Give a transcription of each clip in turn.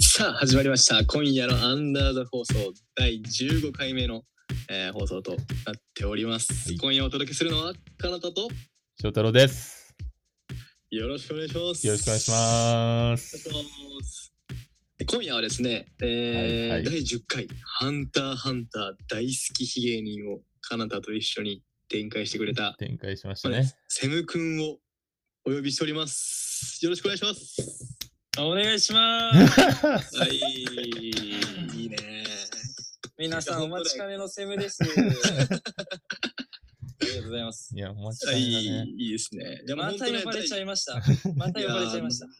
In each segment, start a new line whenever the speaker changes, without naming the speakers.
さあ始まりました今夜の「アンダーザ放送第15回目の、えー放送となっております、
はい
今夜お届けするのはかなたと
翔太郎です。
よろしくお願いします
よろしくお願いし
す
ます。
今夜はですね、えー
はいはい
第10回「ハンターハンター大好きひ芸人」をかなたと一緒に展開してくれた、
展開しましたね。
セム君をお呼びしておりますよろしくお願いし ます
お願いします。
はいいいね
皆さんお待ちかねのセムです。ありがとうございます。
いや、お待ちか
は
ね
い
だね。
いいですねでも
ま
本当
た
ね
呼ばれちゃいました。また呼ばれちゃいました。
ほん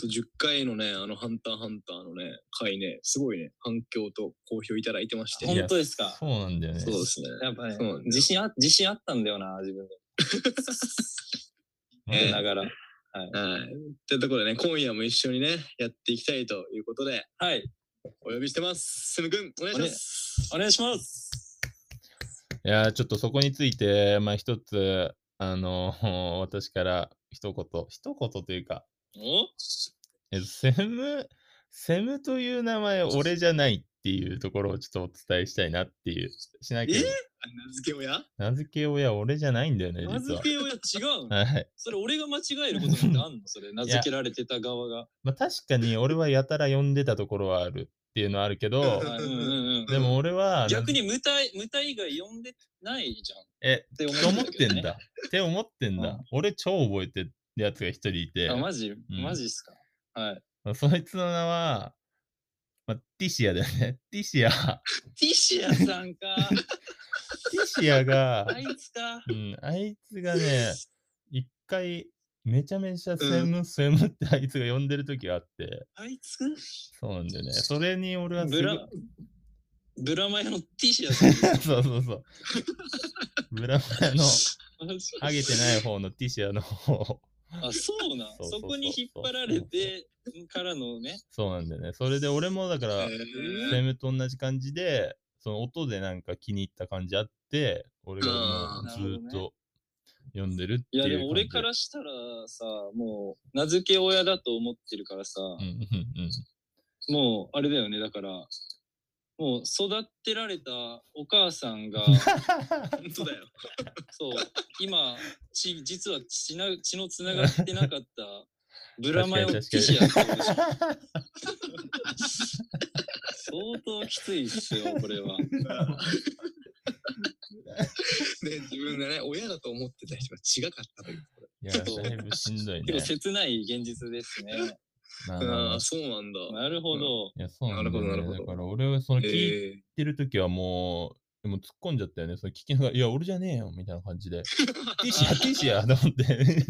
と10回のね、あの、ハンターハンターのね、回ね、すごいね、反響と好評いただいてまして。
い
そ
や
う
本当ですか
そうなんだよね。
ですね。
やっぱね
そうなんだよ、
自信あ自信あったんだよな、自分
うん
え
で。
え
ながら。
はい。というところでね、今夜も一緒にね、やっていきたいということで、
はい、
お呼びしてます。すむくん、お願いします。
お願いします。
いや、ちょっとそこについて、まあ一つ、あの、 私から一言、一言というか、
お
えっとセム、セムという名前、俺じゃないっていうところをちょっとお伝えしたいなっていう、しなきゃ
え、名付け親
名付け親俺じゃないんだよね、
名
実
付
は。
け親違うの
はい。
それ俺が間違えることなんてあんのそれ名付けられてた側が。
まあ確かに俺はやたら呼んでたところはあるっていうのはあるけ
う
ど
ん、
はいうんうん
でも俺は、
逆に無体無体以外呼んでないじゃんっ
え、
て
って
思
思
っ
っててんだ。 って思ってん
う
だ
ん。
俺超覚えてるやつが一人いて、
あ、マジ
ん
マジっすか。はい。
まあそいつの名は、まあ、ティシアだよね。 ティシア。
ティシアさんか。
ティシア が、
あいつか。
うん、あいつがね、一回、めちゃめちゃセムセムってあいつが呼んでる時があって、
あいつ
そうなんだよね。それに俺はすご
ブ
い
ラ、ブラマヤの T シャツ。
そうそうそう。ブラマヤの、ハゲてない方のティシアの方。
あ、そうなん。
そうそうそう
そこに引っ張られてからのね。
そうなんだよね。それで俺もだから、
え
セムと同じ感じで、その音でなんか気に入った感じあって、俺がも
あ
う
ー
ずーっと読んでるってい
い
う
や
感じ。
でも俺からしたらさ、もう名付け親だと思ってるからさ、
うんうんうん。
もうあれだよね、だから、もう育ってられたお母さんが、
ー本当だよ。
そう、今、ち実は血な血のつながってなかったブラマヨティシアってことでしょ相当きついっすよ、これは。
ね、自分がね、親だと思ってた人が違かったという。
いや、だいぶしんどいね。
結構切ない現実ですね。
まあまあま
あ
あ
あ、そうなんだ。
なるほど。
いや、そうなんだよね、
なるほどなるほど
だから俺はその聞い
え
てる時はもう、でも突っ込んじゃったよね。その聞きながら、いや、俺じゃねえよみたいな感じで。ティシア、ティシアと思って。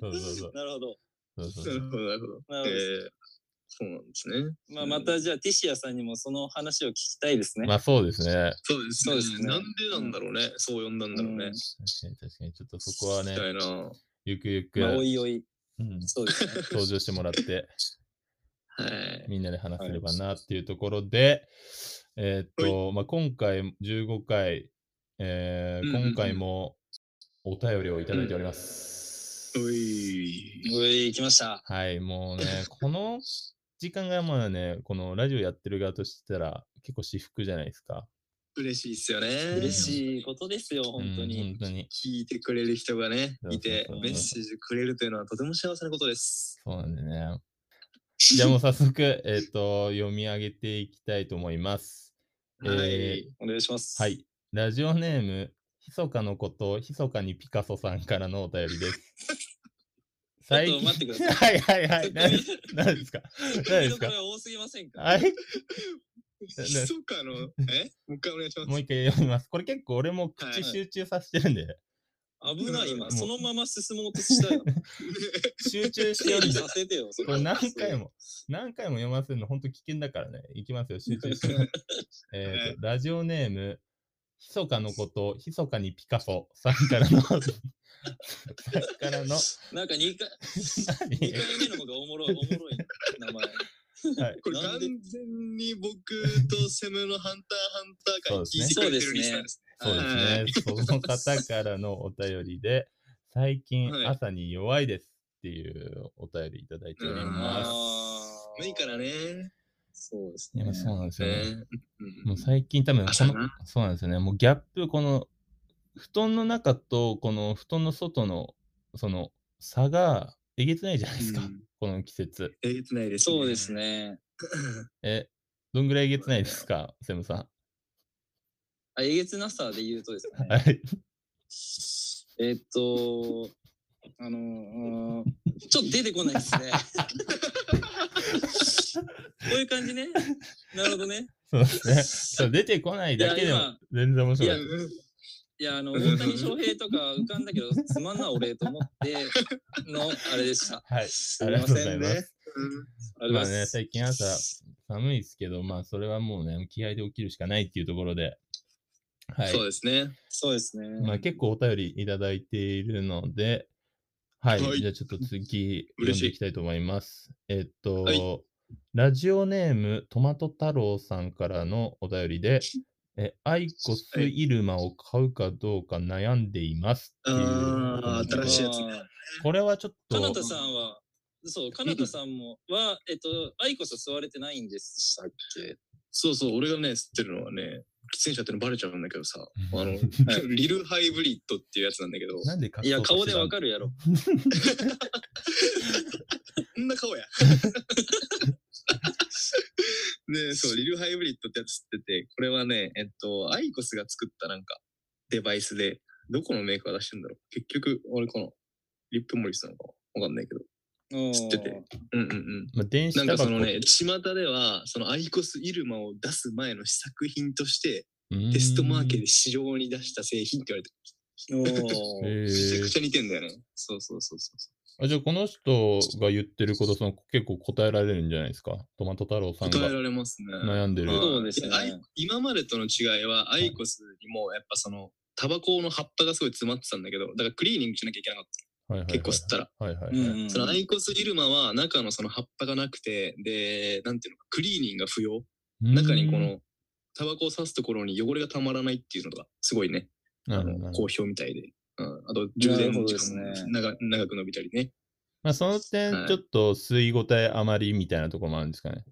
そうそうそう。
なるほど。
そうそ
ー、な
うそう
るほど、なるほど。
な
え
る
ー、そうなんですね。
ほど。まあ、またじゃあ、ティシアさんにもその話を聞きたいですね。
まあそうですね。
そうです
そうですね
なんでなんだろうね。そう呼んだんだろうね。
確かに確かに。ちょっとそこはね
み、たいな。
ゆくゆく、
まあおいおい。
うん、
そうです ね。
登場しても らって、
はい。
みんなで話せればなっていうところで、えーっと、まあ、今回15回、えー
うんうんうん
今回もお便りをいただいております。
おい。
おい、来ました。
はい、もうね、 この時間がまあね、このラジオやってる側としたら結構私服じゃないですか。
嬉しいっすよね。
嬉しいことですよ、本当
うん
に。
本当に。
聞いてくれる人がね
そ、うそうそう
いて、メッセージくれるというのはとても幸せなことです。
そうなんで ね。じゃあもう早速、えーっと、読み上げていきたいと思います。えー
はい。
お願いします。
はい。。ラジオネーム、ひそかのこと、ひそかにピカソさんからのお便り です。
ちょっと待ってください
はい はいはい。な
突っ込
何ですか何です
みどこ
か
ろが多すぎませんか
はい。
ひそかの、えもう一回お願いしま
もう
す。
一回読みます。これ結構俺も
はいは
口
い
集中させてるんで、
危ない、
も
今。
う
そのまま進もうとしたよ。
集中して
整
るん
理
で
さ、せてよ。そ
これ何回。 も、何回も読ませるの本当危険だからね。いきますよ、集中して。 えーと、ラジオネーム、ひそかのこと、ひそかにピカソさんから の、さんからの、
なんか2回、二 回目の方がおもろい、おもろい名前。
はい、
これ
な
完
んで
全に僕とセムのハンターハンター会聞いてくれてるリスナーですね。
そうですね。 その方からのお便りで、最近
はい
朝に弱いですっていうお便りいただいており
うん
ま
あ
す。
あ
ないからね。そうです
い
ね。
や、そうなんですよね。
ねうん
もう最近多分こ
朝
の
な、
そうなんですよね。もうギャップ、この、布団の中と、この布団の外の、その、差がえげつないじゃないですか。
うん
この季節。
えげつないです、
そうです。ね。
え、どんぐらいえげつないですか、セムさ
あえげつなさで言うとですね
ん。。はい。
えっと、あのうーんちょっと出てこないですね。こういう感じね。なるほどね。
そうで すね。そう出てこないだけでも全然面
い
白
や、
い。
いや、あの、大谷翔平とか浮かんだけど、つまんな俺と思っての、あれでした。
はい。
す
あ
い
りが
ま
とうござ
せ
い
ん
ます
ね。。うん
あれ
まあ
は、
ね、最近朝寒いですけど、まあそれはもうね、気合で起きるしかないっていうところで、はい。
そうですね。
そうですね。
まあ結構お便りいただいているので、はい。
はい
じゃあちょっと次、読
嬉しい
んでいきたいと思います。えっと、
はい
ラジオネームトマト太郎さんからのお便りで、えアイコスイルマを買うかどうか悩んでいますっていう
あー新しいやつ
ね。
これはちょっと、
かなたさんは、そう、かなたさんも、は、えっと、アイコス座れてないんでしたっけ
そうそう、俺がね、吸ってるのはね、喫煙者ってのバレちゃうんだけどさ、あの、
はい
リルハイブリッドっていうやつなんだけど、
なんで隠
いや、
そう
顔
として
で
た
わ
ん
かるやろ。
こんな 顔や。ねそう、リルハイブリッドってやつ吸ってて、これはね、えっと、アイコスが作ったなんかデバイスで、どこのメーカーが出してんだろう。結局、俺この、リップモリスなのかなわかんないけど。
知
ってて。うんうんうん。
まあ、電子
な
タ
ん
バ
か
コ
そのね、巷では、そのアイコスイルマを出す前の試作品として、テストマーケで市場に出した製品って言われて
お
うーん
ー
へ
めちゃく
ー
ちゃ似てんだよね。そうそうそうそうそ
あじゃあこの人が言ってることその結構答えられるんじゃないですかトマト太郎さ
う。
ん
答え
が
られますね。
悩んでる
はい
そうですね
いやアイ今までとの違いは、アイコスにもやっぱその、タバコの葉っぱがすごい詰まってたんだけど、だからクリーニングしなきゃいけなかっ
はいはい
た。結構吸ったら。
はいはいは
う
い
んうん
そのアイコスイルマは中のその葉っぱがなくて、で、なんていうのか、クリーニングが不要。中にこの、タバコを刺すところに汚れがたまらないっていうのが、すごいね、
な
あ
るほどな
の
る
好
ほど
評みたいで。うん、あと、充電の時間
なるほどです
も
ね
長,、長く伸びたりね。
まあその
は
点
い
ちょっと吸い応えあまりみたいなところもあるんですかね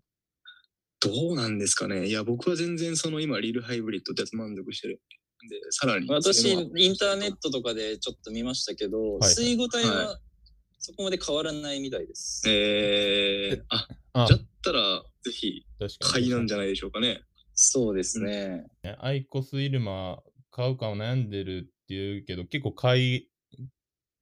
どうなんですかねいや、僕は全然その今、リルハイブリッドってやつ満足してる。で、さらに。
私、
その
インターネットとかでちょっと見ましたけど、
はい
水後体
は
はそこまで変わらないみたいです。
えー、あ、
あ
だったら、ぜひ、
確か
買
に
いなんじゃないでしょうかね。
そうですね。
アイコスイルマ買うかを悩んでるっていうけど結構買い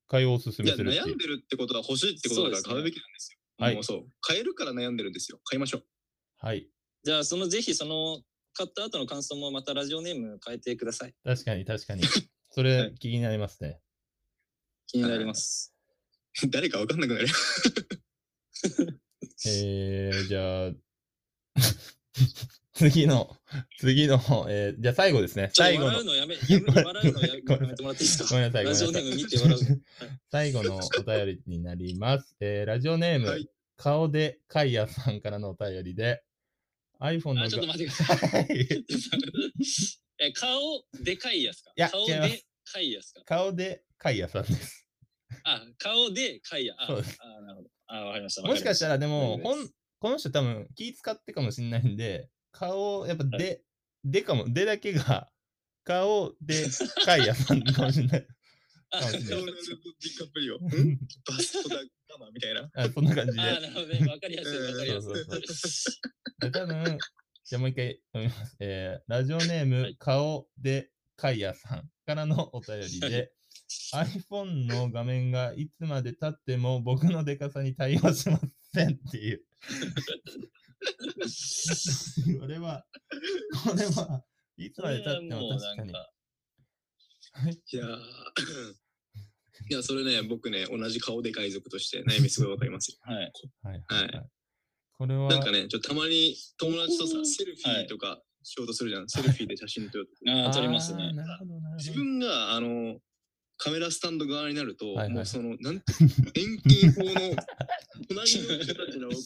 買いをおすす
い
め
や、
するってい
悩
うん
でるってことは欲しいってことだから
そ
買
うですね
うべきなんですよ。
はい
もうそう。買えるから悩んでるんですよ。買いましょう。
はい
じゃあ、そのぜひその買った後の感想もまたラジオネーム変えてください。
確かに確か にそ
は
れ
い
気になりますね
気になります。
誰かわかんなくなる。
えー、じゃあ 次の次の、えー、じゃあ最後ですね
ちょっ
最後
と
の
笑うのやめ、やめ笑うのやめやめてもらっていいです
ご
か
めんなさい、ごめ
ラ
ん
ジオネ
な
ー
さ
ム
い。
見て 笑う。
最後のお便りになります。えーラジオネーム、
はい
顔でカイヤさんからのお便りで、iPhone の
あ、ちょっと
が
待ってください。
はい
え、顔でかいやつか
いや
顔
違います
でかいやつか
顔でカイヤさんです。
あ、顔でかいや。あ、あ
そうで
なるほど。あ、わかりました。
もしかした
ら、
ら、でも、
大
ほ
丈夫で
んこの人多分気使ってかもしれないんで、顔、やっぱで、
は
でかも、でだけが、顔でカイヤさんかもしれない。
あ、
かもしれ
デ
ない
ィカプリオ。んバストだ、ガマみたいな。
あそんな感じで。
あ、なるほどね。わかりやすい、わかりやすい。
で多分、じゃあもう一回読みます。えーラジオネーム、
はい
顔でカイヤさんからのお便りで、iPhone の画面がいつまで経っても僕のデカさに対応しませんっていう。 これは、これは、いつまで経っても確かに。
いやー いや、それね、僕ね、同じ顔で海賊として悩みすごいわかりますよ。
はい。
はい
は
はいいはい。これは、
なんかね、ちょっとたまに友達とさ
う、ん
セルフィーとかしようとするじゃん。セルフィーで写真撮ると。
あー撮ります
あー
ね。
なるほど、なる
自
ほど。
分が、あの、カメラスタンド側になると、
はいはい
もうその、なんていうの遠近法の、隣の人たちの顔の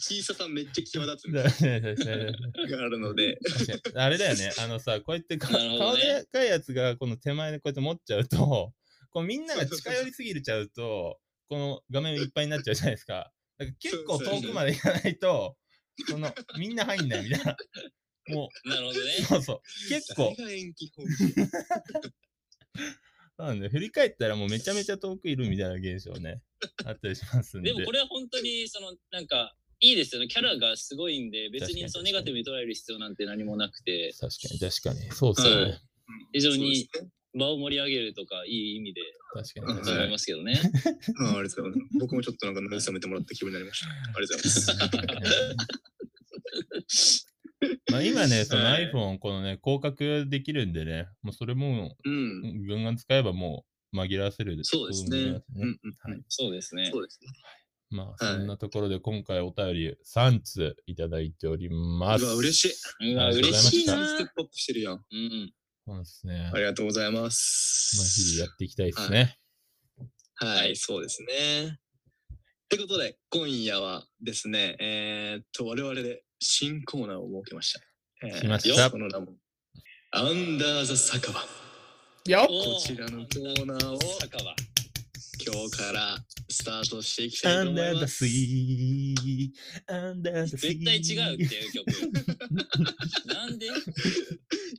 小ささめっちゃ際立つみたいな のがあるので、
確かにあれだよね、あのさ、こうやってか、
なるほどね
顔でかいやつがこの手前でこうやって持っちゃうと、こうみんなが近寄りすぎちゃうと、この画面いっぱいになっちゃうじゃないですか。だから結構遠くまで行かないと、その、みんな入んないみたいな。も
なるほど
う、
ね。
そうそう。結構
誰、が延期放棄
そうなんで、振り返ったらもうめちゃめちゃ遠くいるみたいな現象ね、あったりしますんで。
でもこれは本当に、その、なんか、いいですよね。キャラがすごいんで、別にそのネガティブに捉える必要なんて何もなくて、
確かに、確かに。そうっすよね。
非常に
そうですね
場を盛り上げるとか、いい意味で、
確かに。確
そう
か
思
に
いますけどね。
あありがとうございます。僕もちょっとなんか慰めてもらった気分になりました。ありがとうございます。
まあ今ね、その
はい
iPhone、このね、広角できるんでね、もうそれも、
うん。
ガンガン使えばもう紛らわせる。
そうですね
部分が
う
あり
んう
ま
ん
はい
そうですね
そ。うですね。
まあ、
はい
そんなところで今回お便り3通いただいております。
うわ、嬉しい。
うわ、
ありがとうございま
嬉
した
しいな。
ステップアップしてるやん。
うん。
そうですね。
あ
まあ、
りがとうございま
日
す。
々やっていきたいですね。
はい、そうですね。ってことで、今夜はですね、えーっと、我々で新コーナーを設けました。えー
しました
よその名も、アンダーザ酒場。
よっ
こちらのコーナーを
酒場。
今日からスタートしていきたい
ア
と
ン
思
ダ
い
ー
ま
ザ
す。
シー、アンダーザシー。
絶対違うっていう曲。な んで
い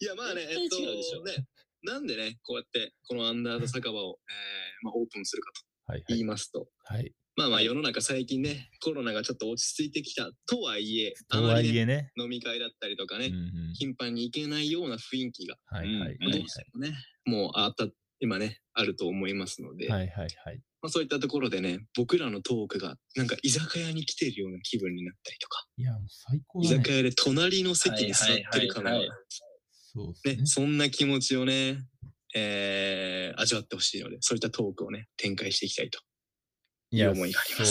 や、まあね、えっと、
絶対違うでしょ
ね、なんでね、こうやって、このアンダーザ酒場を、えーまあ、オープンするかと
はいは
言
い。
いますと、
はい、
まあまあ世の中最近ね、コロナがちょっと落ち着いてきたとはいえ、あ
と
ま
は
り
い
ね、
えね。
飲み会だったりとか
う
ね、
んうん
頻繁に行けないような雰囲気が、
はいはいはい
うん
は
ど
いう
してもね、もうあった、今ね、あると思いますので、
はいはいはい。
まあそういったところでね、僕らのトークがなんか居酒屋に来てるような気分になったりとか、
いや、もう最高
居
だね。
酒屋で隣の席に座ってるかのよう
はいはい
そうっす
な、
ね
ね、。そんな気持ちをね、えー、味わってほしいので、そういったトークをね、展開していきたいと。
いや、
い
そう
う思
ね。もう
いがありま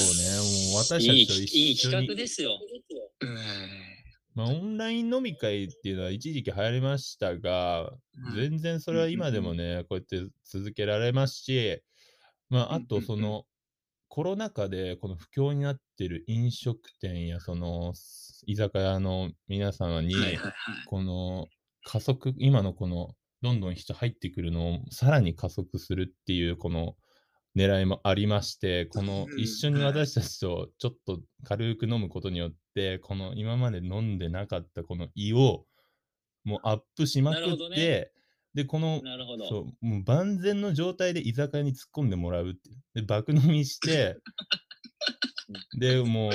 私たちと
いいいい
一緒
企画
に。
ですよ。
うーん
まあ、オンライン飲み会っていうのは一時期流行りましたが、全然それは今でもね、こうやって続けられますし、まあ、あ
うん
と
うん
その、コロナ禍でこの不況になってる飲食店やその居酒屋の皆様に、
はいはいはい。
この加速、今のこのどんどん人入ってくるのをさらに加速するっていうこの狙いもありまして、この
うん
一緒に
はい
私たちとちょっと軽く飲むことによって、この今まで飲んでなかったこの胃をもうアップしまくっ
なるほど
て
ね、
で、この
なるほど。
そうもう万全の状態で居酒屋に突っ込んでもらうっていうで爆飲みしてでも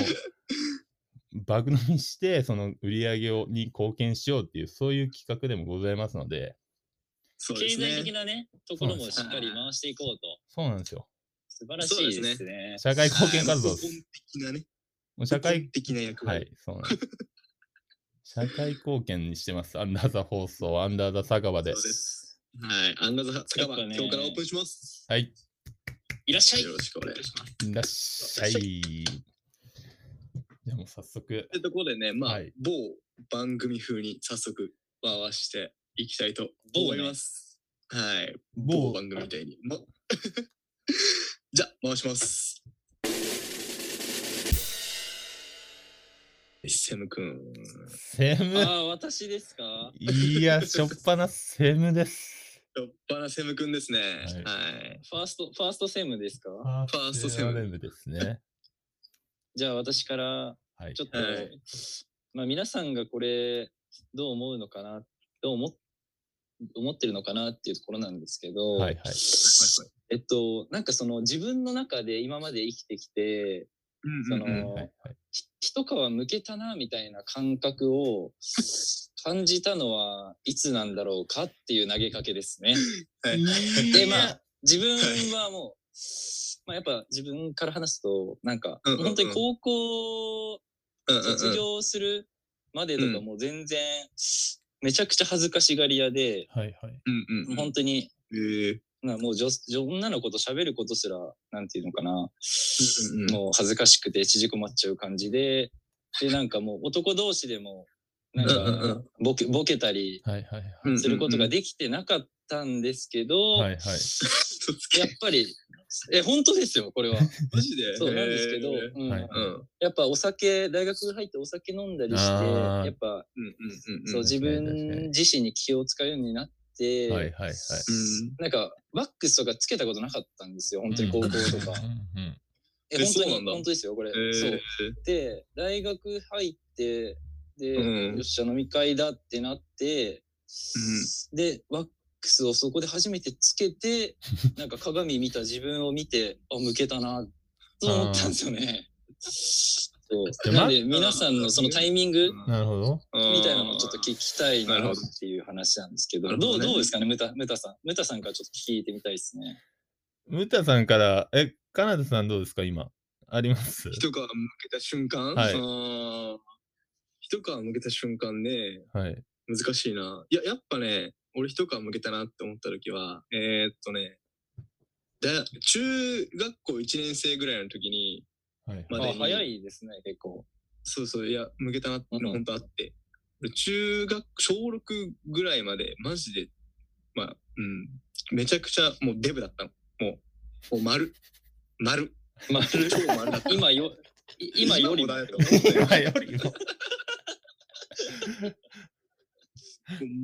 う爆飲みしてその売り上げをに貢献しようっていうそういう企画でもございますので
そうで
経
すね
済的なね、ところもし
そう
っ
なんです
かり回していこうと。
そうなんですよ
素晴らしいですね。
社会貢献活動
はい
です
根本的なね。
もう社
根本
会
的な役
は
割。
いそうなんです社会貢献にしてますアンダーザ放送アンダーザ酒場で
そうです。はい。アンガザ酒場、
やっぱね
今日からオープンします。
はい
いらっしゃい
よ。ろしくお願いします。
いらっしゃいじゃあもう早速
というところでね、まあ、
はい
某番組風に早速回していきたいと
某
思
ね
います。はい。
某
某番組みたいに。ま、 じゃあ、回します。セム君。
セム
ああ、私ですか
いや、しょっぱなセムです。
酔っぱらセム君ですね。はい。
ファースト、ファーストセムですか
ァ
ーストセム
ムですね。
じゃあ私から、
はい
ちょ。っと、
はい
まあ皆さんがこれ、どう思うのかな、どう思っ思ってるのかなっていうところなんですけど、
はいはい
えっと、なんかその自分の中で今まで生きてきて、
はいはいはい。
そ
うんうんうん
の
はいはい
ひ一皮むけたなみたいな感 覚を感じたのはいつなんだろうかっていう投げかけですね。
はい
で、まあ、自分はもう、まあやっぱ自分から話すと、なんか、
うんうんうん
本当に高校
うんうんうん
卒業するまでとかもう全然、めちゃくちゃ恥ずかしがり屋で、
はいはい。
うんうんうん。
本当に、
ええ
まあもう女女女の子と喋ることすら、なんていうのかな、
うんうん
もう恥ずかしくて縮こまっちゃう感じで、で、なんかもう男同士でも、なん
うんうんう
かボケ、ボケたり
はいはい
うん
することができてなかったんですけど、
はい。はいはい。
嘘つ
やっ
け。
ぱり、え、本当ですよ、これは。
マジで
そうなんですけど、
へえ
うん
はい
うん
やっぱお酒、大学入ってお酒飲んだりして、
あー
やっぱ、
うんうんんん
そう、自分自身に気を使うようになって、
はいはいはい。
うん
なんか、ワックスとかつけたことなかったんですよ、本当に高校とか。
うんうん
え
え、本当
そうなん
に、
だ
本当ですよ、これ。
え
そ
ー
う。で、大学入って、で、
うん
よっしゃ、飲み会だってなって、で、ワックスをそこで初めてつけ て、なんか鏡見た自分を見て、あ、向けたな、と思ったんですよね。そう。
で
なんで、皆さんのそのタイミング
うん
なるほど。
みたいなのをちょっと聞きたい
なる
な
ほ
っ
ど
ていう話なんですけど、
なる
ど
ほど
う
ね
どうですかね、ムタムタさん。ムタさんからちょっと聞いてみたいですね。
ムタさんから、え、カナダさんどうですか今。あります
一皮向けた瞬間、
はい
あー一皮向けた瞬間ね、
はい。
難しいな。いや、やっぱね、俺一皮向けたなって思った時は、えーっとね、だ中学校1年生ぐらいの時に、
はい。
ま
あ
あね
早いですね、結構。
そうそう、いや、向けたなって
うん
の本当あって、俺中学、小6ぐらいまで、マジで、まあ、うん、めちゃくちゃもうデブだったの。もう、もう丸、丸。
まあ、
超丸だった。
今よ、い今 より
も
も
だよ
今よりも。
もう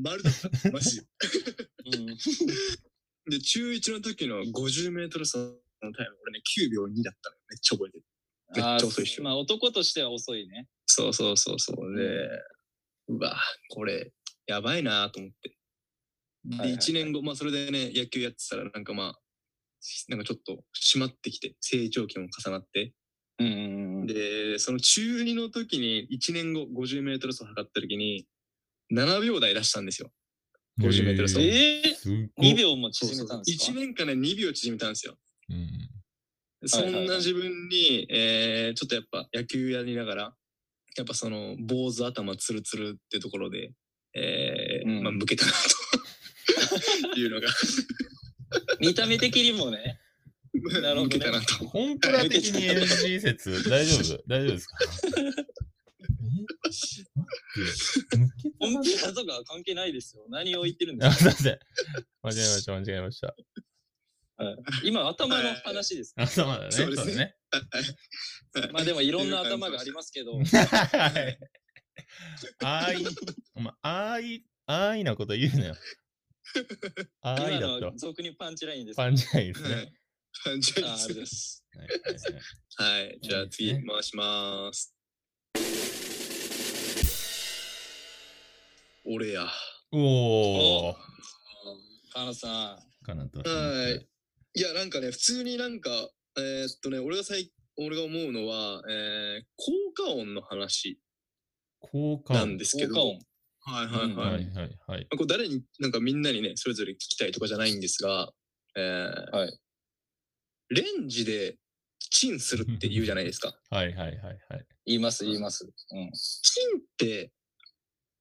丸だった。マジで。
うん
で、中1の時の50メートル走のタイム、俺ね、9秒2だったのよ。めっちゃ覚えてる。めっちゃ
あー
遅いっしょ
まあ男としては遅いね。
そうそうそうそう。で、うわ、これ、やばいなと思って。で、
はいはいはい
1年後、まあそれでね、野球やってたら、なんかまあ、なんかちょっと締まってきて、成長期も重なって。
うんうんうん。
で、その中2の時に、1年後50メートル走測った時に、7秒台出したんですよ。50メートル走
え
えー
すっごい。
2秒も縮めたんですか
1年間ね、2秒縮めたんですよ。
うん
そ
はいはい
ん
は
ない自分に、えーちょっとやっぱ野球やりながら、やっぱその坊主頭ツルツルってところで、えー
うん
まあ、向けたなというのが、
見た目的にもね。 なるほどね
向けたなと。
コンプラ的に NG 説、大丈夫大丈夫ですかえ待って抜け
本
たな
気だとかは関係ないですよ。何を言って るんで
あ、
す
す
か
いません。間違えま した、間違えました。
今、頭の話です。
頭だね。
そうですね
だね。
まあでもいろんな頭がありますけ ど。
はい。あーい、お前、あーい、あーいなこと言 うなよ。あーい
今
だった
の
わ
は。俗にパンチラインです。
パンチラインです
は
ね。
い。感じ
あーあれ
で。
ですす。
はいはいはい
はい。じゃあ次
いいですね
回します。俺や。は
おー
お、河野さ
かなと。
い。。いや、なんかね、普通になんか、えーっとね、俺が最俺が思うのは、えー、効果音の話
効果
なん
音。
ですけ
ん、効
ど。
果音。
はいはい
うん
はい。
はいはいはい。
まあこれ誰に、なんかみんなにね、それぞれ聞きたいとかじゃないんですが、えー
はい
レンジでチンするって言うじゃないですか。
はいはいはいはい。
言います、言います。うん。
チンって、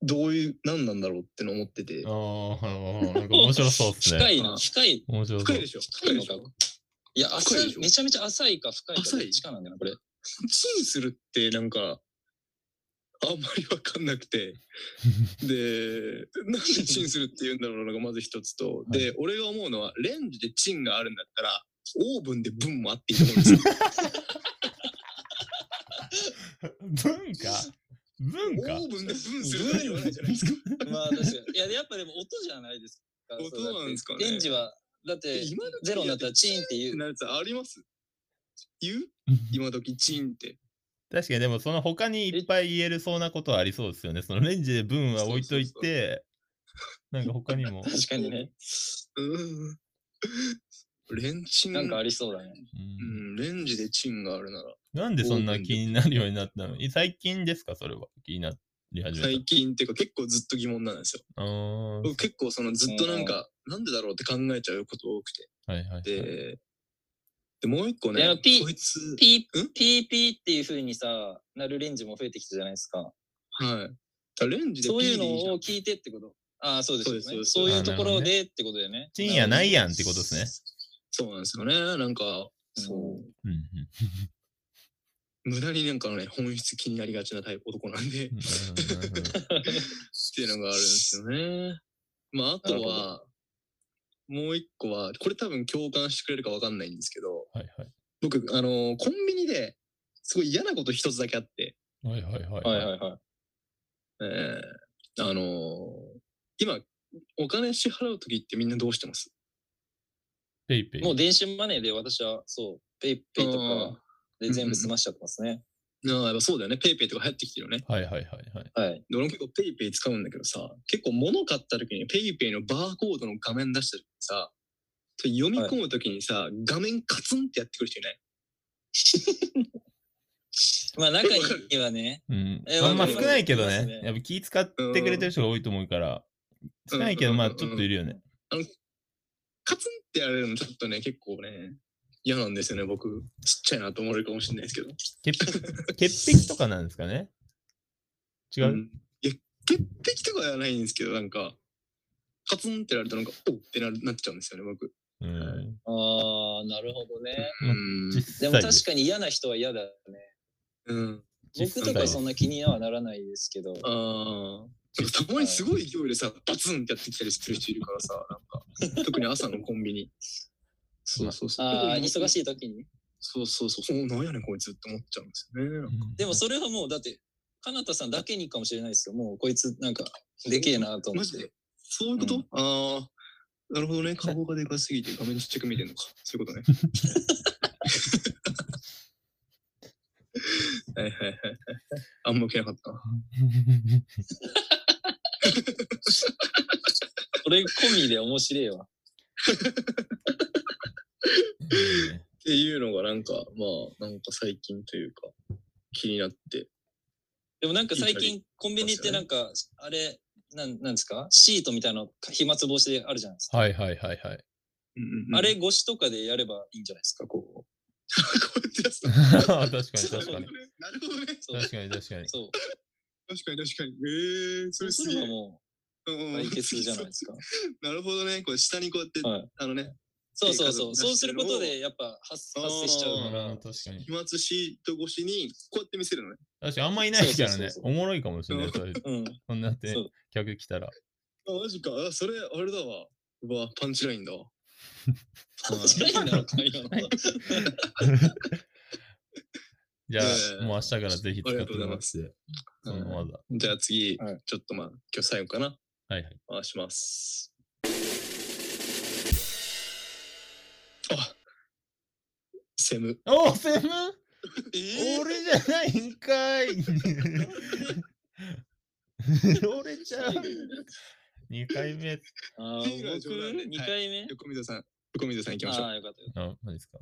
どういう、何なんだろうっての思ってて。
ああ、なんか面白そうです
深
ね。
いな、深い。
面白そ
深
う
いで。しょ
深いのか
深いで
いや、浅
深いで
い
し、ょ
めちゃめちゃ浅いか深いかど
浅
っ
い
ちかなんだよな、これ。
しょチンするってなんか、あんまりわかんなく て。で、なんでチンするって言うんだろうのがまず一つと。で、俺が思うのは、レンジでチンがあるんだったら、オーブンでブンもあっていいと思うんですよ。
文化文 化
オーブンでブンするって言わないじゃない ですか。
まあ確かに。いや、やっぱでも音じゃないですか。
音
そうだって
なんですかね
レンジは、だって、
今時
ゼロになったらチーンって言う。
なやつあります言う今時チンって。
確かにでもその他にいっぱい言えるそうなことはありそうですよね。そのレンジで分は置いとい
そう
て、なんか他にも。
確かにね。
うん。レンチン。
なんかありそうだね。
うん
うん、レンジでチンがあるなら。
なんでそんな気になるようになったのい最近ですかそれは。気になり始め
最近っていうか結構ずっと疑問なんですよ。
た。ああ。はい
僕結構そのずっとなんか、なんでだろうって考えちゃうこと多くて。
はいはい。
で、でもう一個
い
ね
や、ピ
こいつ、
ピー
ん、
ピーピーっていう風にさ、なるレンジも増えてきたじゃないですか。
はい。あレンジでピ
そういう
でいいじゃ
の
ん
を聞いてってこと。ああ、そうですよね。
そうです
そ
そう
う
です
いうところでってことだよね。
チンやないやんってことですね。
そうなんですよね。なんか、そう。
うんうん
無駄になんかね、本質気になりがちなタイプ男なんで。
うんなるほどなるほど
っていうのがあるんですよね。まあ、あと
なるほ
は、もう一個は、これ多分共感してくれるかわかんないんですけど、
はいはい。
僕、あのーコンビニで、すごい嫌なこと一つだけあって、
はいはいはい。
はいはいはい。
えーあのー今、お金支払うときってみんなどうしてます
ペイペイ。
もう電子マネーで私は、そう、ペイペイとか、で、全部済ましちゃってますね。
ああ、やっぱそうだよね。ペイペイとか流行ってきてるよね。
はいはいはいはい。
はい。
で俺も結構ペイペイ使うんだけどさ、結構物買った時にペイペイのバーコードの画面出した時にさ、それ読み込む時にさ、画面カツンってやってくる人いない
まあ、中にはね、
うん
え。
まあ
わ
ま
か
あ
り
少
ます
ないけど
わかり
ね
ます。ね
やっぱ気使ってくれてる人が多いと思うから、少ないけど、
うん
まあちょっといるよね。
カツンってやられるのちょっとね、結構ね、嫌なんですよね、僕。ちっちゃいなと思われるかもしれないですけど。
潔癖潔癖とかなんですかね違
う
う、
んいや、潔癖とかではないんですけど、なんか、カツンってやられるとなんか、おっってなるなっちゃうんですよね、僕。
うん、
ああ、なるほどね。
うん。
実
で
際
も確かに嫌な人は嫌だね。
うん。
僕とかそんな気にはならないですけど。
ああ。なんかたまにすごい勢いでさ、バツンってやってきたりする人いるからさ、なんか、特に朝のコンビニ。 そうそうそう。
ああ、忙しい時に。
そうそうそう。おなんやねん、こいつって思っちゃうんですよね。なんか
でもそれはもう、だって、かなたさんだけにかもしれないですよ。もう、こいつ、なんか、でけえなと思
マ
っ
ジで
て。
そういうこと、
う
ああ。なるほどね。顔がでかすぎて画面ちっちゃく見てるのか。そう いうことね。はいはいはいはい。あんま受けなかったな。
それ込みで面白いわ。
っていうのがなんか、まあ、なんか最近というか、気になって。
でもなんか最近、コンビニってなんか、あれ、なん、なんですかシートみたいなの、飛沫防止であるじゃないですか。
はいはい はいはい。
うんうんうん
あれ、越しとかでやればいいんじゃないですか、こう。
こうやってやつだ
確かに確
なるほど
か
ね
に。。
なるほどね。
そう。
確かに確かに。
そう。
確かに確かに。えー、そ
そう
れ
す
す
れ
げ
ば
え。
もう、
うんうん
解決じゃないですか。
なるほどね。これ下にこうやって、
はい
あのね、
そうそうそう。
手数
そうすることで、やっぱ発、発生しちゃう
う
か
ん
ら。
確かに
飛。沫シート越しに、こうやって見せるのね。
確かにあんまいないから
そう
ね
そう。そ
おもろいかもしれない。それ
うん。
そんなって
そう。
客来たら。
あ、マジか。あ、それ、あれだわ。うわ、パンチラインだわ。
面白いんだろうか、今のは。
じゃ
いやいやい
あ、
や
もう明日からぜひ使って
ありがとうござい
もら
ま
って。その技。
じゃあ次、
はい
ちょっとまあ、今日最後かな。
はいはい。
回します。あセム。
おーセム
え
俺じゃないんか い俺じゃん !2 回目。
ああ、
っていうのは冗談で
僕、二回目
横溝さん、横溝さん行きましょ
あ
う。
あ、よかったよ
あ、マジですか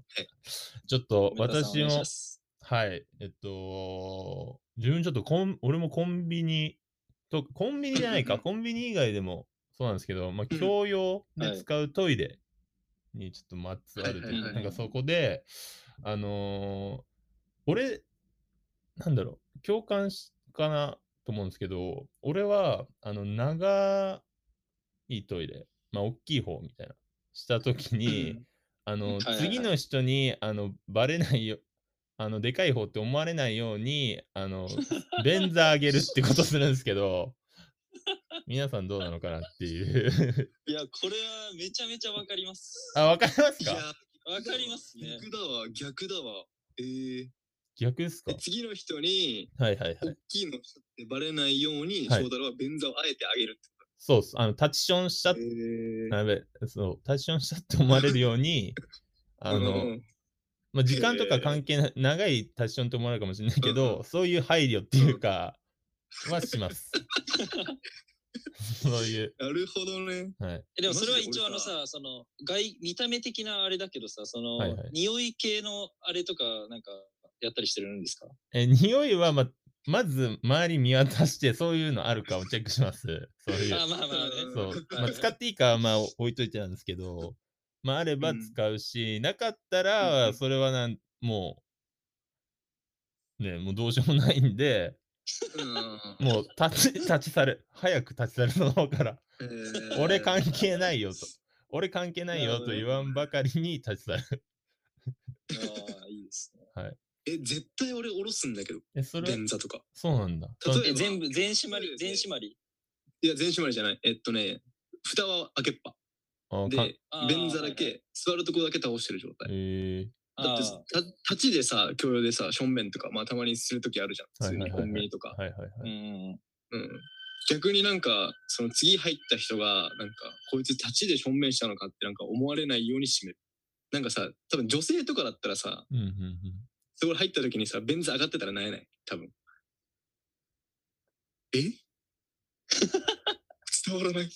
い。
ちょっと
かった。
私
お願いし
も
ま、す
はい、えっと、自分ちょっとコン、俺もコンビニと、コンビニじゃない
うん
か、
うん
コンビニ以外でもそうなんですけど、ま
う
あ、
ん
共用
は
で
い
使うトイレにちょっとまつわるというか、
はいはい
な
はい
んかそこで、あのー俺、なんだろう、共感しかなと思うんですけど、俺は、あの、長いトイレ、まあ、大きい方みたいな、したときに、
うん
あ
うん
の、
はいはいはい
次の人に、あの、バレないよ、あの、でかい方って思われないように、あの、便座上げるってことするんですけど、皆さんどうなのかなっていう。
いや、これはめちゃめちゃわかります。
あ、わかります
いや
か、
わかりますね。
逆だわ、逆だわ。えー、
逆ですか
で次の人に、
はいはいは
大
い。
きいの人ってバレないように、
はい
翔太郎は便座をあえてあげるって
そうっす。あの、タッチションした、
え
やべ、そう、タッチションしたって思われるように、あの、まあ、時間とか関係ない、長いタッチションって思われるかもしれないけ
うん
ど、そういう配慮っていうか、はします。そういう、
なるほどね。
はい。
えでもそれは
マジで
一応あ
俺
の
さ
さ、その、外、見た目的なあれだけどさ、その、
はいはい
匂い系のあれとか、なんか、やったりしてるんですか
え、匂いはま、まず周り見渡して、そういうのあるかをチェックします。そういう。
あまあまあね。
うん
そう。まあ、使っていいかはまあ置いといてなんですけど、まあ、あれば
うん
使うし、なかった
うんう
ら、
ん
それはなん、もう、ね、もうどうしようもないんで、
うん
もう立ち、立ち去る。早く立ち去る、その方から。
えー
俺関係ないよと。俺関係ない
なる
よ
ほ
と
どね
言わんばかりに立ち去る。
ああ、いいですね。
え、絶対俺下ろすんだけど、
え、それは
便座とか。
そうなんだ。
例えば
え、全部、全閉まり
そう、ですね
全閉まり。
いや、全閉まりじゃない。えっとね、蓋は開けっぱ。
あか
で
あー、
便座だ
はいはい
け、座るとこだけ倒してる状態。
え
だっ
あ
て
あ
さ、た立ちでさ、共用でさ、正面とか、まあたまにするときあるじゃん。普通
は
に
いはい
コ
はいはい
ンビニとか
ー、。はいはいはい。
うんうん。
うん逆になんか、その次入った人が、なんか、こいつ立ちで正面したのかってなんか思われないように締める。なんかさ、多分女性とかだったらさ、
うんうんうん。
そこ入った時にさ、ベンツ上がってたらなれない。多分。え 伝わら ない。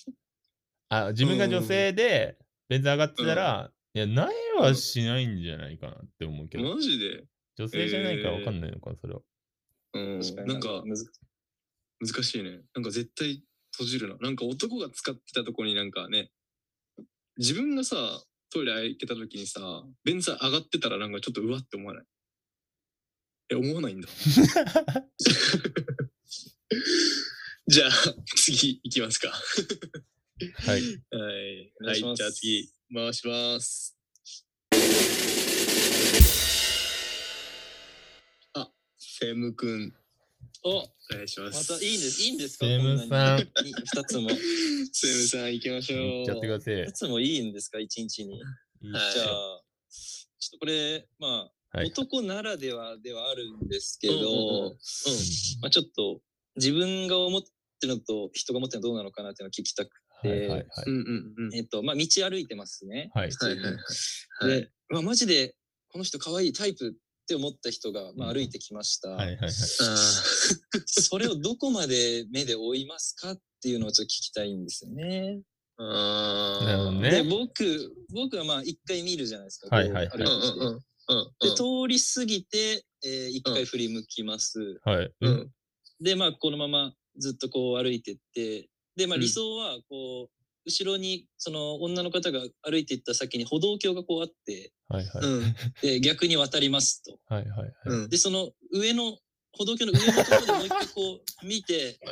あ、自分が女性で、ベンツ上がってたら、いや、ないはしないんじゃないかなって思うけど、
マジで
女性じゃないからわかんないのか、それは。
うん。
確かに
なんか、
むず
難しいね。なんか絶対閉じるな。なんか男が使ってたとこになんかね、自分がさ、トイレ開けた時にさ、ベンツ上がってたらなんかちょっとうわって思わない。え、思わないんだ。 じゃあ、次行きますか。
は
は
い。
い。
お
は
願いし
い、
ます
じゃあ次、回します。あ、セムくん。
お
お願いしま。
ますたいいんです、いいんですか
セムさん
こなにい二つも。
セムさん行きましょう。
いっちゃってください。
二つもいいんですか、一日に。
いいっ
はい
じ
ち
ゃあ
ゃ、
ちょっとこれ、まあ、
はい
男ならではではあるんですけ
うんうんうん
ど、まあちょっと自分が思ってるのと人が思ってるのどうなのかなっていうのを聞きたく
はいはいはい。
うんうんうん。
えっと、まあ道歩いてますね。
はい。
はいはいはい。はい
で、まあマジでこの人可愛いタイプって思った人が、ま
う
あ
ん
歩いてきました。
はいはいはい。
それをどこまで目で追いますかっていうのをちょっと聞きたいんですよね。
あー
なるほどね
で、僕、僕はまあ一回見るじゃないですか。
はいはいはい
こ
う
うん
う
歩
んうんうん
いててで、通り過ぎて、えー一回振り向きます。
はい。
う
うんん。
で、まあ、このままずっとこう歩いてって、で、まあ、
うん
理想は、こう、後ろに、その女の方が歩いていった先に歩道橋がこうあって、
はいはい。
うん
で、逆に渡りますと。
はいはいはい。
うんうん
で、その上の、歩道橋の上のところでもう一回こう見て、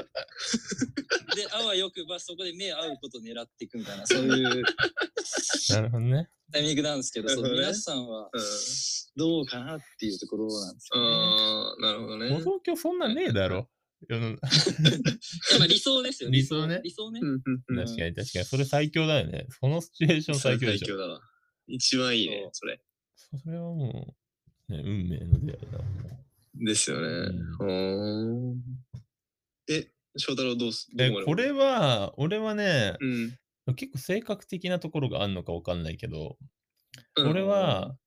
で、あわよくばそこで目合うことを狙っていくみたいな、そういう
なるほどね。
タイミングなんですけど、
なる
そ
ほ
う
どね
皆さんはどうかなっていうところなんですよね。
あーなるほどね。
歩道橋そんなねえだろ。世 の
いやまあ理想ですよ
理想ね
理想ね
う。んうんうん
ん
確かに確かに。それ最強だよね。そのシチュエーション最強でしょ。
だわ。一番いいね、それ。
それはもう、ね、運命の出会いだもんね。
ですよね。ほーえ、翔太郎どうす
で
どまで
これは、俺はね、
うん。
結構性格的なところがあるのかわかんないけど、
うん
俺は、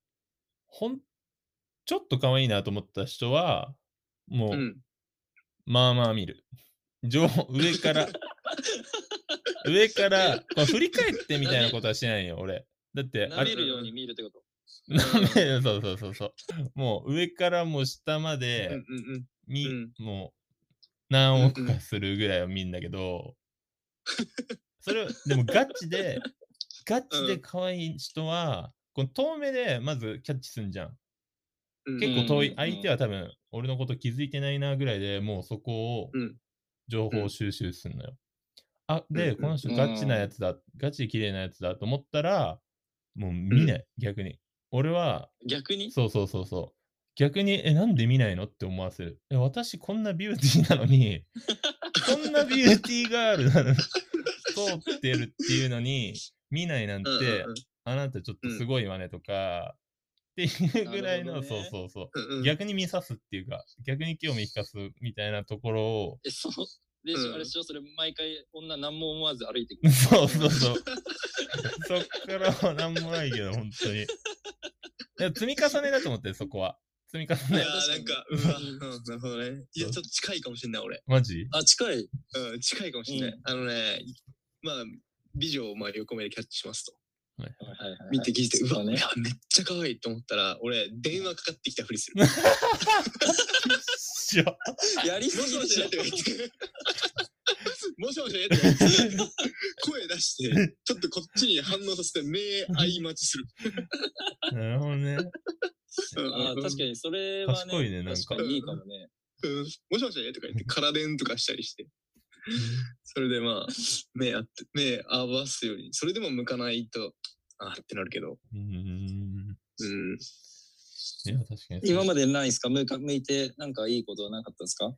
ほん、ちょっと可愛いなと思った人は、もう、
うん。
まあまあ見る。 上、上から、上から、こう振り返ってみたいなことはしないよ、俺。だって、
舐
あ
めるように見るってこと。
舐める、 そうそうそうそう。もう上からもう下ま
うんう
で
ん、うん。
み、
うん
もう何億かするぐらいは見んだけど、それを、でもガ チで、ガチで可愛い人は、この遠目でまずキャッチすんじゃん。
うん
結構遠
う
い
ん、
相手は多分、俺のこと気づいてないなぐらいでもうそこを
うん
情報収集すんのよ。あ、
うんう
で、
ん
この人ガチなやつだ、ガチで綺麗なやつだと思ったら、もう見ない、逆に。俺は、
逆に
そうそうそうそう。逆に、え、なんで見ないのって思わせる。え、私こんなビューティーなのに、こんなビューティーガールなのに、通ってるっていうのに、見ないなんて、
うんうん
あなたちょっとすごいわねとか、っていうぐらいの、
なるほ
そ
ど
うそ
ね
うそ
う
う。
んうん
逆に見さすっていうか、逆に興味引かすみたいなところを、
え、そう。 で、
うん
あれでしょ、それ、毎回、女何も思わず歩いてく る。
そうそうそう。そっからは何もないけど、本当に。でも積み重ねだと思って、そこは。積み重
い
ね
や。ーなんか、うわ、うん、なるほどね。いや、ちょっと近いかもしれない、俺。
マジ
あ、近い。
うん、近いかもしれない。
う
あのね、まあ、美女をまあ横目でキャッチしますと。
はいはいはい
見て聞いて、う
そ
わ、
うね
いやめっちゃ可愛いと思ったら、俺、電話かかってきたふりする。もし
しょ。
やりすぎ
も
で
し
し
ね
ょ
と。か言って。もしもしねとか言って声出して、ちょっとこっちに反応させて、目合い待ちする。
なるほどね。
あー確か
に。
に、それはね、
賢いねなんか
確にいいかもね。
うんもしもしねとか言って、空電とかしたりして。それでまあ、目合って、目合わすより、それでも向かないと、あーってなるけど。
うーん。
うん。
いや、確かに。
今までないですか向か向いて、なんかいいことはなかったで すか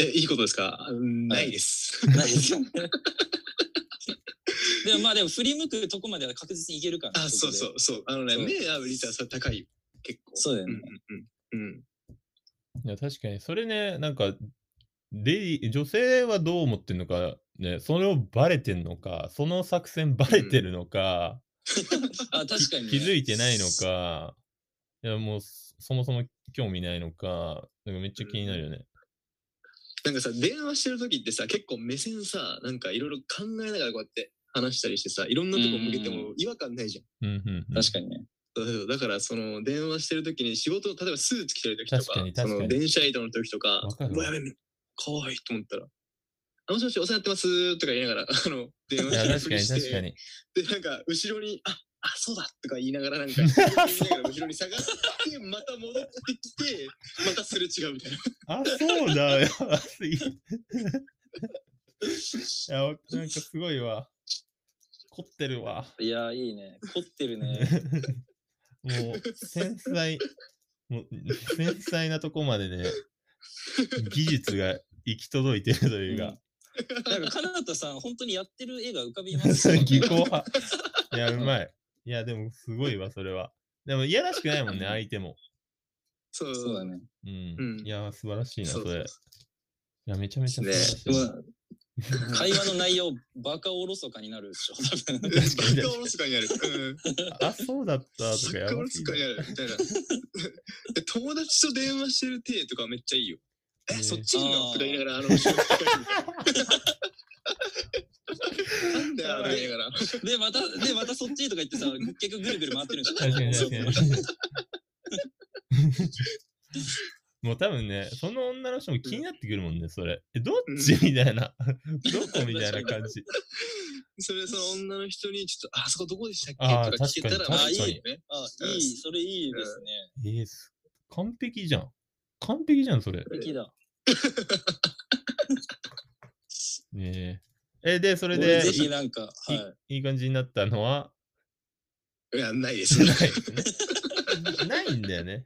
え、いいことですかうんないです。
ないですよね。 でもまあでも振り向くとこまでは確実にいけるからね
あ、そうそ
こ
う、そう。あのね、
そう
目合う率はさ高いよ。結構。
そうだよね
うんうんうん。
いや、確かに。それね、なんか、レディ女性はどう思ってんのか、ね、それをバレてんのか、その作戦バレてるのか、
こで。あ、確かにね、
気づいてないのか、いや、もう、そもそも興味ないのか、なんかめっちゃ気になるよね。
なんかさ、電話してる時ってさ、結構目線さ、なんかいろいろ考えながらこうやって話したりしてさ、いろんなとこ向けても違和感ないじゃん。
うんうん、うん。
確かにね。
そうそうだから、その、電話してる時に仕事、例えばスーツ着てる時とか、
確かに確かに
その、電車移動の時とか
わかる、わ
うわやべ、可愛いと思ったら、あ、もしもし、お世話になってますとか言いながら、あの、電話
いや
してる
確
ふ
か
り
に
して、
確 かに。
で、なんか、後ろに、あ、あ、そうだとか言いなが ら、なんか、言いながら後ろに下がって、また戻ってきて、またすれ違うみたい な。
あ、そうだよ。い いや、なんかすごいわ。凝ってるわ。
いやー、いいね。凝って るね。
もう、繊細、もう、繊細なとこま でね、技術が行き届いてるというか、
なんか、かなたさん、本当にやってる絵が浮かびま すよね。
技巧派。いや、うまい。いや、でも、すごいわ、それは。でも、いやらしくないもんね、相手も。
そう
そう だね。
うん。
うん
いや、素晴らしいな、
そ
そうれ。
そう
いや、めちゃめちゃ素晴らしい。
でも会話の内容、バカおろそかになるでしょ、多分。
確かに
バカおろそかにやる。うん。
あ、そうだったとか
バ
や
カお
ば
ろ
す
そ
ぎ
かに
る
やる。みたいな。で友達と電話してる手とかめっちゃいいよ。え、
ね
そっちいいのとか言いながら、あの、後ろに控える なんだよ、とか言いながら。
で、また、で、またそっちとか言ってさ、結局ぐるぐる回ってるんでしょ。
確かに確か
そう
に。もう多分ね、その女の人も気になってくるもんね、それ。え、どっち みたいな。どこみたいな感じ。
それ、その女の人に、ちょっと、あそこどこでしたっ
あー
けとか聞けたら、
確
ま
か
あい
に
いよね。
あ、いい、それいいですね。
えーす完璧じゃん。完璧じゃん、それ。
素敵だ。
ねえ。え、で、それ
俺
で
ぜ、ひなんか、はい。
いい感じになったのは、
いや、ないです。
ない。ないんだよね。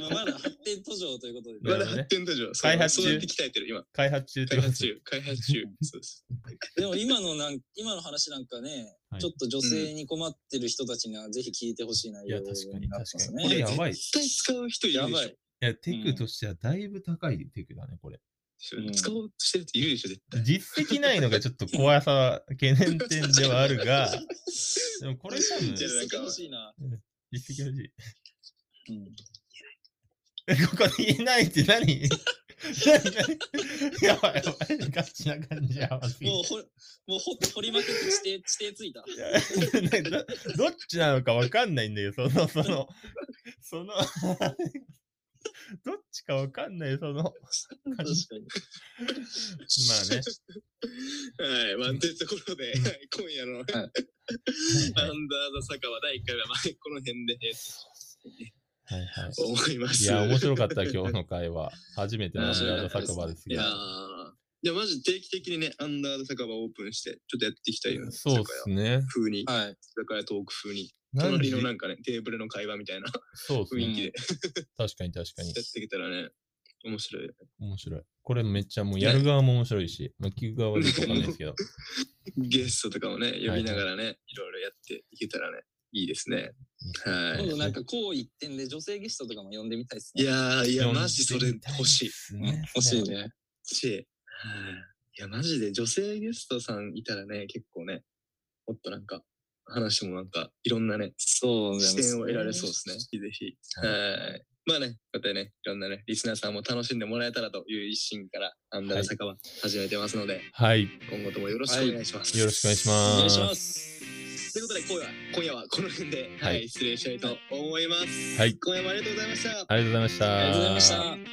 まあまだ発展途上ということで、
ま
なる
だ
ほどね
発展途上。そう
開発中
そうやって鍛えてる、今。
開発中って
開
こと
発 中。開発中。そうです。
でも今のなん今の話なんかね、
はい
ちょっと女性に困ってる人たちにはぜひ聞いてほしい内
いや、
容
確か
に
に
なって
確
ま
か
す
に。
ね。
これやばい。い
絶対使う人いるでしょ。
やばい
や、テクとしてはだいぶ高いテクだね、これ。
うん
使おうとしてる人いるでしょ、絶対。
実績ないのがちょっと怖さは懸念点ではあるが、でもこれ多分
じゃあなんか
欲しいな。
実績欲しい。
うん
えここにいないって何 何何やばいやばい。ガチな感じやばすぎ
もうほ、もうほ掘りまくって指定、指定ついた。
る どどっちなのかわかんないんだけど、その、その、その、 どっちかわかんない、その、ま
確かに。
あ ね。
はい、まあ、というところで、はい今夜の、
い
アンダーザ坂は第1回は、まあ、この辺で、え
はいはい。
と思いま
い
す。
や、面白かった、今日の会話。初めての
面白か
ラ
っ
ジ
た
オ
です
酒場です
い
け
や
ど
ー。いや、マジ定期的にね、アンダーザ酒場オープンして、ちょっとやっていきたいよね。
そうで
酒
す
屋
ね。
風に、
はい。
酒屋トーク風に、
何
隣
時
のなんかね、テーブルの会話みたいな
そうです
雰
ね。
囲気で
確かに確か
や
に
っ。てきたらね、面白い。
面白い。これめっちゃもうやる側も面白いし、まあ、聞く側はどうかわかんないですけど。
ゲストとかもね、呼びながらね、いろいろやっていけたらね、いいですね。は
今
い。
度なんかこう一点で女性ゲストとかも呼んでみたいですね。
いやー、いや、マジそれ欲しい。
うん欲しいね。
し、はいいや、マジで女性ゲストさんいたらね、結構ね、もっとなんか、話もなんか、いろんなね、
そう
視点を得られそうですね。。ぜひ。
は
はい。まあね、またね、いろんなね、リスナーさんも楽しんでもらえたらという一心から、アンダー酒場始めてますので、
はい。よ
今後ともよろしくお願いします。
ろしくお願いし
お願
ま
いし
す。
ます。
ということで、今夜は、今夜はこの辺で、
は
はいい、失礼したいと思います。
はい
今夜もありがとうございました。
ありがとうございました。
ありがとうございました。